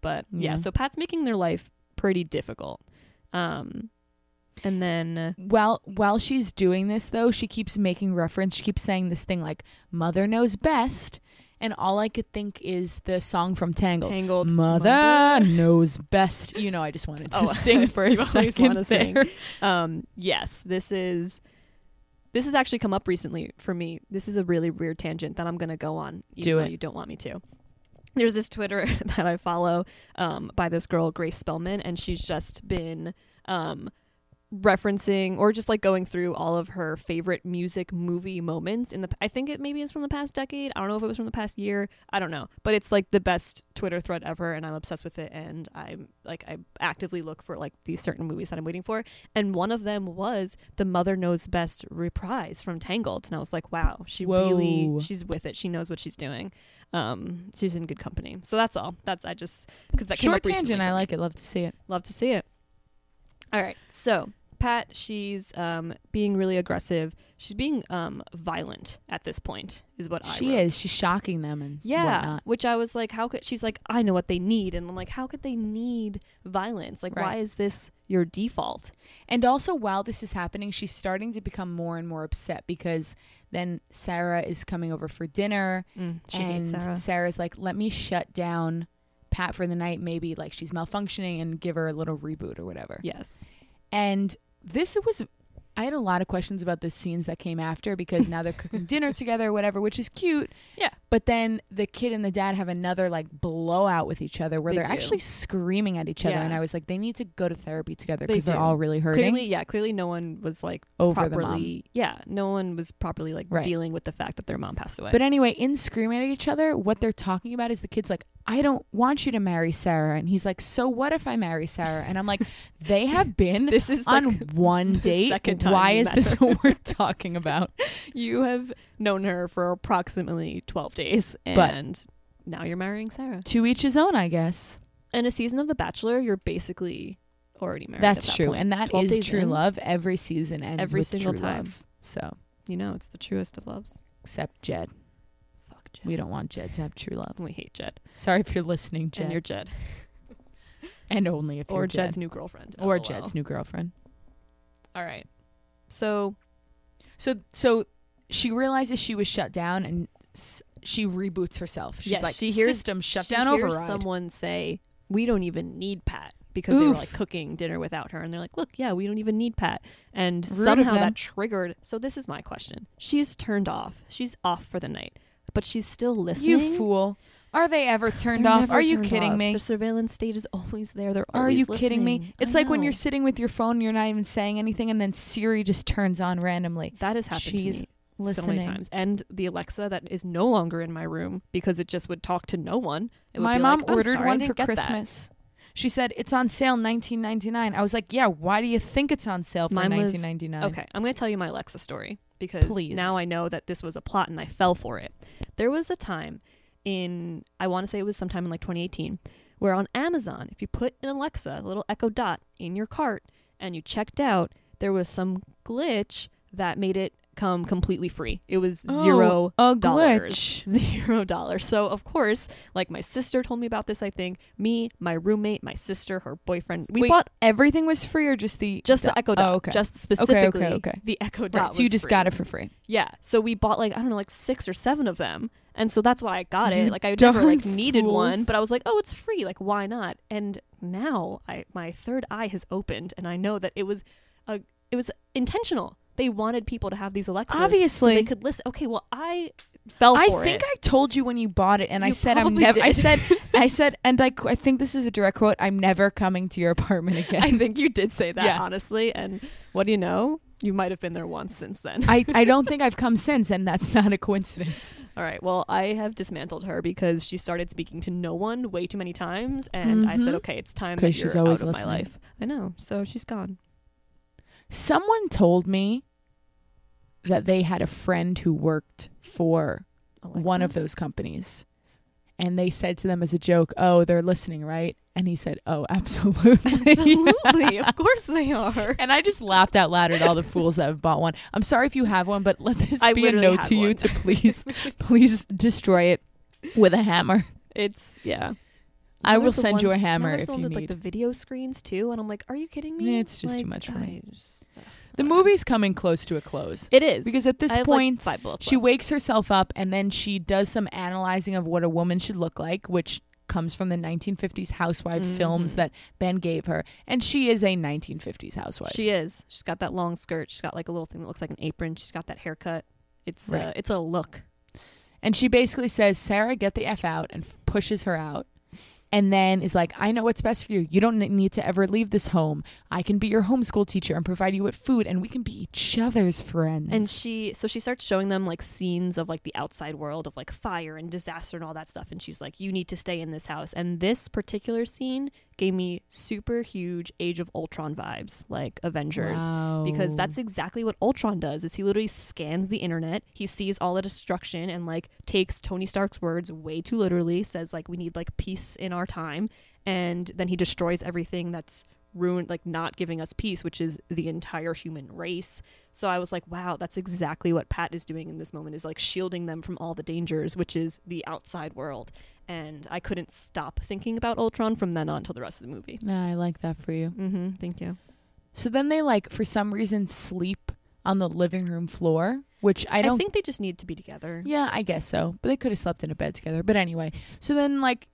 But yeah, Yeah. so Pat's making their life pretty difficult. Um, and then While while she's doing this though, she keeps making reference. She keeps saying this thing like "Mother knows best," and all I could think is the song from Tangled. Tangled Mother, knows best. You know, I just wanted to Oh, sing for a you always second wanna sing. there. Um, yes, this is this has actually come up recently for me. This is a really weird tangent that I'm going to go on. Even Do though it. You don't want me to. There's this Twitter that I follow um, by this girl Grace Spellman, and she's just been um, referencing or just like going through all of her favorite music movie moments in the I think it maybe is from the past decade. I don't know if it was from the past year. I don't know. But it's like the best Twitter thread ever and I'm obsessed with it and I'm like I actively look for like these certain movies that I'm waiting for and one of them was the Mother Knows Best reprise from Tangled and I was like, "Wow, she really Whoa. she's with it. She knows what she's doing." Um she's in good company. So that's all. That's I just because that came Short up recently tangent. for I me. like it. Love to see it. Love to see it. All right. So, Pat, she's um, being really aggressive. She's being um, violent at this point, is what I she wrote. is. She's shocking them and Yeah. whatnot. Which I was like, how could she's like, I know what they need. And I'm like, how could they need violence? Like, why Right. is this your default? And also, while this is happening, she's starting to become more and more upset because then Sarah is coming over for dinner. she and hates Sarah. Sarah's like, let me shut down Pat for the night. Maybe like she's malfunctioning and give her a little reboot or whatever. Yes. And this was, I had a lot of questions about the scenes that came after because now they're cooking dinner together or whatever, which is cute. Yeah. But then the kid and the dad have another like blowout with each other where They they are do. actually screaming at each other. Yeah. And I was like, they need to go to therapy together They because they are do. all really hurting Clearly, yeah, clearly no one was like over the mom. properly. Yeah, no one was properly like Right. dealing with the fact that their mom passed away. But anyway, in screaming at each other, what they're talking about is the kid's like, I don't want you to marry Sarah. And he's like, So what if I marry Sarah? And I'm like, They have been this is like, on one the date. second time Why you is met this her." what we're talking about? you have known her for approximately 12 days But- and now you're marrying sarah to each his own, I guess. in a season of the bachelor you're basically already married at That's that true. point. And that 12 is days true in. love. Every season ends Every with single true time. love. So, you know it's the truest of loves except Jed. fuck Jed. We don't want Jed to have true love. We hate Jed. Sorry if you're listening, And Jed, and, you're Jed. only if Or you're Jed's Oh, Jed. new girlfriend. or LOL. Jed's new girlfriend. All right. So So so she realizes she was shut down and s- she reboots herself. She's Yes, like she hears- system shut she down hears override. someone say, "We don't even need Pat." Because they were Oof. like cooking dinner without her, and they're like, "Look, yeah, we don't even need Pat," and of somehow them. that triggered. So this is my question: She's turned off. She's off for the night, but she's still listening. You fool. Are they ever turned They're off? never Are you turned kidding off. me? The surveillance state is always there. They're Are always you kidding me? listening. I It's like when know. you're sitting with your phone, you're not even saying anything, and then Siri just turns on randomly. that has happened She's to me so many listening. times, and the Alexa that is no longer in my room because it just would talk to no one. It would My be mom like, "I'm ordered sorry, I one didn't for get that." Christmas. She said it's on sale 19.99. I was like, yeah. Why do you think it's on sale for Mine was- 19.99? Okay, I'm going to tell you my Alexa story because Please. now I know that this was a plot and I fell for it. There was a time in, I want to say it was sometime in like 2018, where on Amazon, if you put an Alexa, a little Echo Dot, in your cart and you checked out, there was some glitch that made it come completely free. It was Oh, zero a dollars. glitch. Zero dollars. So, of course, like my sister told me about this, I think, me, my roommate, my sister, her boyfriend, we Wait, bought everything was free or just the just the Echo Dot. Oh, okay. Just okay, specifically okay. the Echo Dot. Right, so you was just free. got it for free. Yeah. So we bought like I don't know, like six or seven of them, and so that's why I got You it. Like I never like darn needed fools. one, but I was like, oh, it's free. Like why not? And now I my third eye has opened, and I know that it was a it was intentional. They wanted people to have these Alexas, so Obviously. they could listen. Okay, well I fell I for think it. I told you when you bought it, and I You said I'm probably never. I did. said I said, and I, qu- I think this is a direct quote. I'm never coming to your apartment again. I think you did say that Yeah. honestly, and what do you know? You might have been there once since then. I, I don't think I've come since, and that's not a coincidence. All right. Well, I have dismantled her because she started speaking to no one way too many times, and I said, Mhm. "Okay, it's time 'Cause that she's you're always out of listening. my life." I know. So she's gone. Someone told me that they had a friend who worked for one of Alexa? those companies. And they said to them as a joke, Oh, they're listening, right? And he said, Oh, absolutely. Absolutely. of course they are. And I just laughed out loud at all the fools that have bought one. I'm sorry if you have one, but let this I be a literally note had to you one. to please, please destroy it with a hammer. It's yeah. I Now will there's the send ones- you a now hammer there's if the one you with, need. like the video screens too, and I'm like, "Are you kidding Yeah, me?" it's just too Like, much for me. I just- The movie's coming close to a close It is because at this I have, like, point, five bullets she left. wakes herself up and then she does some analyzing of what a woman should look like, which comes from the 1950s housewife films Mhm. that Ben gave her. And she is a 1950s housewife. She is. She's got that long skirt. She's got like a little thing that looks like an apron. She's got that haircut. It's uh, Right. it's a look. And she basically says, Sarah, get the F out, and f- pushes her out. And then is like, I know what's best for you. You don't n- need to ever leave this home. I can be your homeschool teacher and provide you with food, and we can be each other's friends. And she, so she starts showing them like scenes of like the outside world of like fire and disaster and all that stuff. And she's like, you need to stay in this house. And this particular scene gave me super huge Age of Ultron vibes, like Avengers. Because Wow. that's exactly what Ultron does is he literally scans the internet. He sees all the destruction and like takes Tony Stark's words way too literally, says like we need like peace in our time and then he destroys everything that's ruined like not giving us peace, which is the entire human race. So I was like, wow, that's exactly what Pat is doing in this moment is like shielding them from all the dangers, which is the outside world. And I couldn't stop thinking about Ultron from then on till the rest of the movie. Yeah, I like that for you. Mm-hmm. Thank you. So then they like for some reason sleep on the living room floor, which I I, don't. think they just need to be together. yeah, I guess so. But they could have slept in a bed together. But anyway, so then like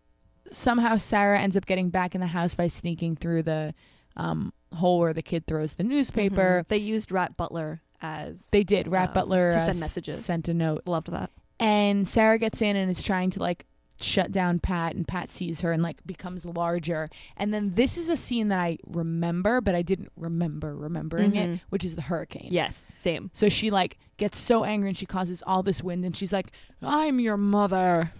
somehow Sarah ends up getting back in the house by sneaking through the um, hole where the kid throws the newspaper. Mhm. They used Rat Butler as They did. Rat Um, Butler to uh, send s- messages. sent a note, loved that. and Sarah gets in and is trying to like shut down Pat, and Pat sees her and like becomes larger. And then this is a scene that I remember, but I didn't remember remembering Mhm. it, which is the hurricane. Yes, same. So she like gets so angry and she causes all this wind and she's like, "I'm your mother,"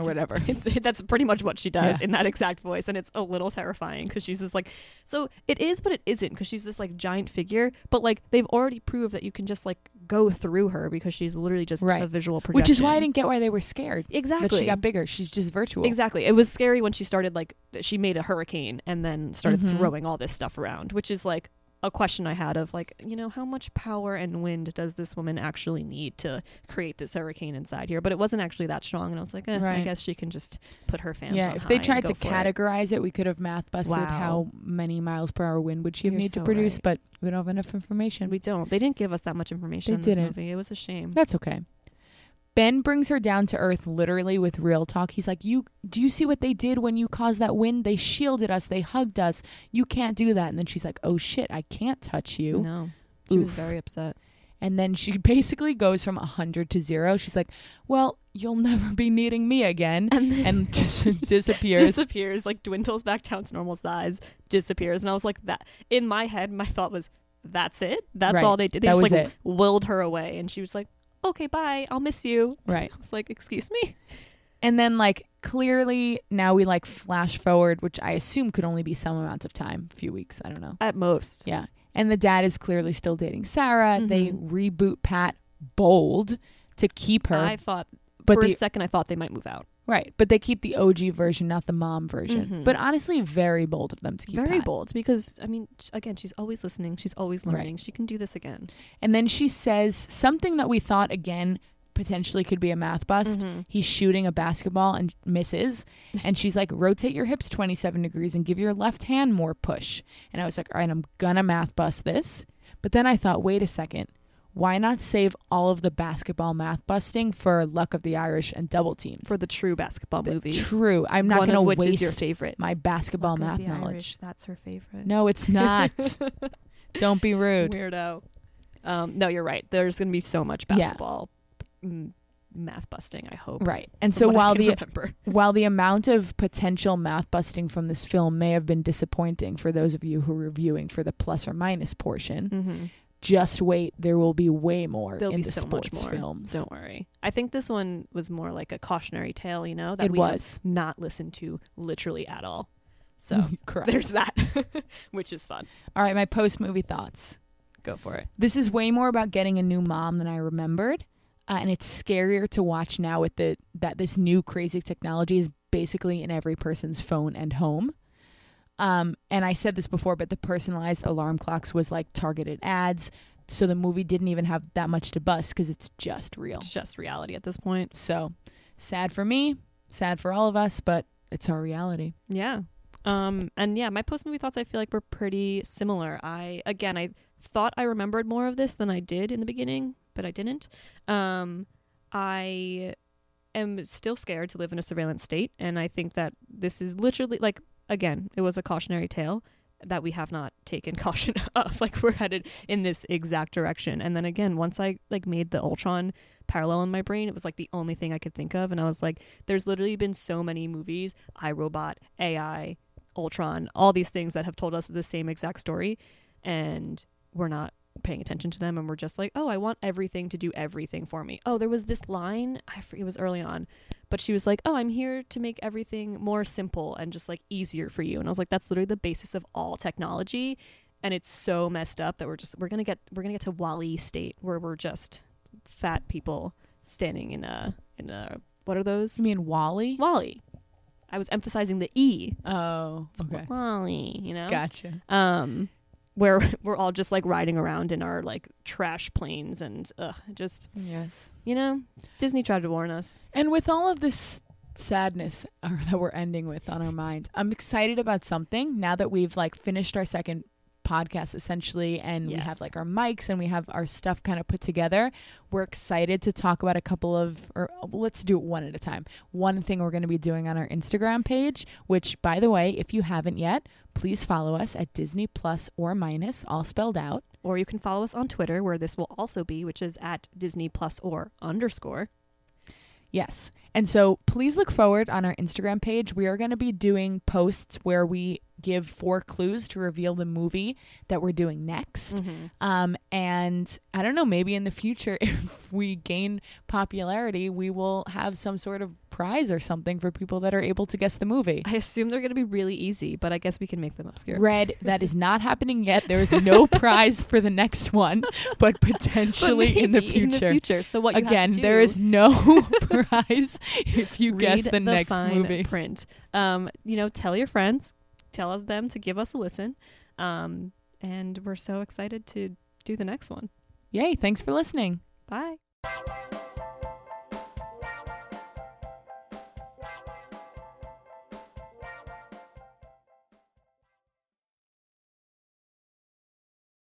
or It's- whatever. It's, that's pretty much what she does Yeah. in that exact voice, and it's a little terrifying because she's just like, so it is, but it isn't because she's this like giant figure, but like they've already proved that you can just like go through her because she's literally just Right. a visual projection, Which is why I didn't get why they were scared exactly that she got bigger. She's just virtual. Exactly. It was scary when she started like she made a hurricane and then started Mhm. throwing all this stuff around, which is like a question I had of like, you know, how much power and wind does this woman actually need to create this hurricane inside here? But it wasn't actually that strong, and I was like, eh, I Right. guess she can just put her fans. yeah, on if they high tried and to go for it. categorize it. we could have math busted Wow. how many miles per hour wind would she have You're need so to produce, right. but we don't have enough information. we don't. They didn't give us that much information They in this didn't. movie. It was a shame. That's okay. Ben brings her down to earth literally with real talk. He's like, "You do you see what they did when you caused that wind? They shielded us. They hugged us. You can't do that." And then she's like, "Oh shit, I can't touch you." No, she was Oof. very upset. And then she basically goes from 100 to 0. She's like, "Well, you'll never be needing me again." And then And dis- disappears. disappears, like dwindles back down to normal size, disappears. And I was like, that in my head, my thought was, that's it. That's Right. all they did. They That just was like it. willed her away, and she was like, okay, bye, I'll miss you. right. I was like, excuse me. And then like clearly now we like flash forward, which I assume could only be some amount of time, few weeks, I don't know. At most, Yeah. And the dad is clearly still dating Sarah. They Mhm. reboot Pat bold to keep her. I thought but for the, a second I thought they might move out. right, but they keep the OG version, not the mom version. Mhm. But honestly, very bold of them to keep Very Pat. bold because I mean, sh- again, she's always listening. She's always Right. learning. She can do this again. And then she says something that we thought again potentially could be a math bust. Mhm. He's shooting a basketball and misses. And she's like, rotate your hips 27 degrees and give your left hand more push. And I was like, all right, I'm gonna math bust this. But then I thought, wait a second. Why not save all of the basketball math busting for Luck of the Irish and Double Team? for the true basketball movies. True. I'm not One gonna of which waste is your favorite. my basketball math knowledge. That's her favorite. No, it's not. Don't be rude. Weirdo. Um, no, you're right. There's going to be so much Yeah. basketball m- math busting. I hope. Right. And from so what I while can the remember. While the amount of potential math busting from this film may have been disappointing for those of you who are viewing for the plus or minus portion, just wait, there will be way more There'll in be the so much sports more. films. don't worry. I think this one was more like a cautionary tale. You know that it we have was. not listened to literally at all. So Correct. there's that, which is fun. All right, my post movie thoughts. Go for it. This is way more about getting a new mom than I remembered. Uh, and it's scarier to watch now with the that this new crazy technology is basically in every person's phone and home. Um, and I said this before, but the personalized alarm clocks was like targeted ads, so the movie didn't even have that much to bust because it's just real. It's just reality at this point. So sad for me, sad for all of us, but it's our reality. Yeah. Um and yeah, my post movie thoughts I feel like were pretty similar. I again I thought I remembered more of this than I did in the beginning, but I didn't. Um I am still scared to live in a surveillance state and I think that this is literally like again, it was a cautionary tale that we have not taken caution of like we're headed in this exact direction and then again once i like made the ultron parallel in my brain it was like the only thing i could think of and i was like there's literally been so many movies iRobot, AI, Ultron, all these things that have told us the same exact story and we're not paying attention to them and we're just like, "Oh, I want everything to do everything for me." Oh, there was this line, I forget, it was early on, but she was like, "Oh, I'm here to make everything more simple and just like easier for you." And I was like, "That's literally the basis of all technology." And it's so messed up that we're just we're going to get we're going to get to Wally state where we're just fat people standing in a in a what are those? You mean Wally? Wally. I was emphasizing the E. oh, okay, Wally, you know? gotcha. Um where we're all just like riding around in our like trash planes and ugh, just Yes. you know, Disney tried to warn us. And with all of this sadness uh, that we're ending with on our mind, I'm excited about something now that we've like finished our second podcast essentially and we have Yes. like our mics and we have our stuff kind of put together. We're excited to talk about a couple of or uh, let's do it one at a time. One thing we're going to be doing on our Instagram page, which by the way, if you haven't yet, please follow us at Disney Plus or minus all spelled out. Or you can follow us on Twitter where this will also be, which is at Disney plus or underscore. Yes. And so please look forward on our Instagram page. We are going to be doing posts where we give four clues to reveal the movie that we're doing next. Mm. Um, and I don't know, maybe in the future, if we gain popularity, we will have some sort of prize or something for people that are able to guess the movie. I assume they're gonna be really easy, but I guess we can make them obscure. Red, that is not happening yet. There is no prize for the next one, but But potentially in the maybe future. So what you have to Again, there do- is no prize if you guess the, Read next fine movie. print. Um, you know, tell your friends, tell us them to give us a listen. Um, and we're so excited to do the next one. Yay. Thanks for listening. Bye.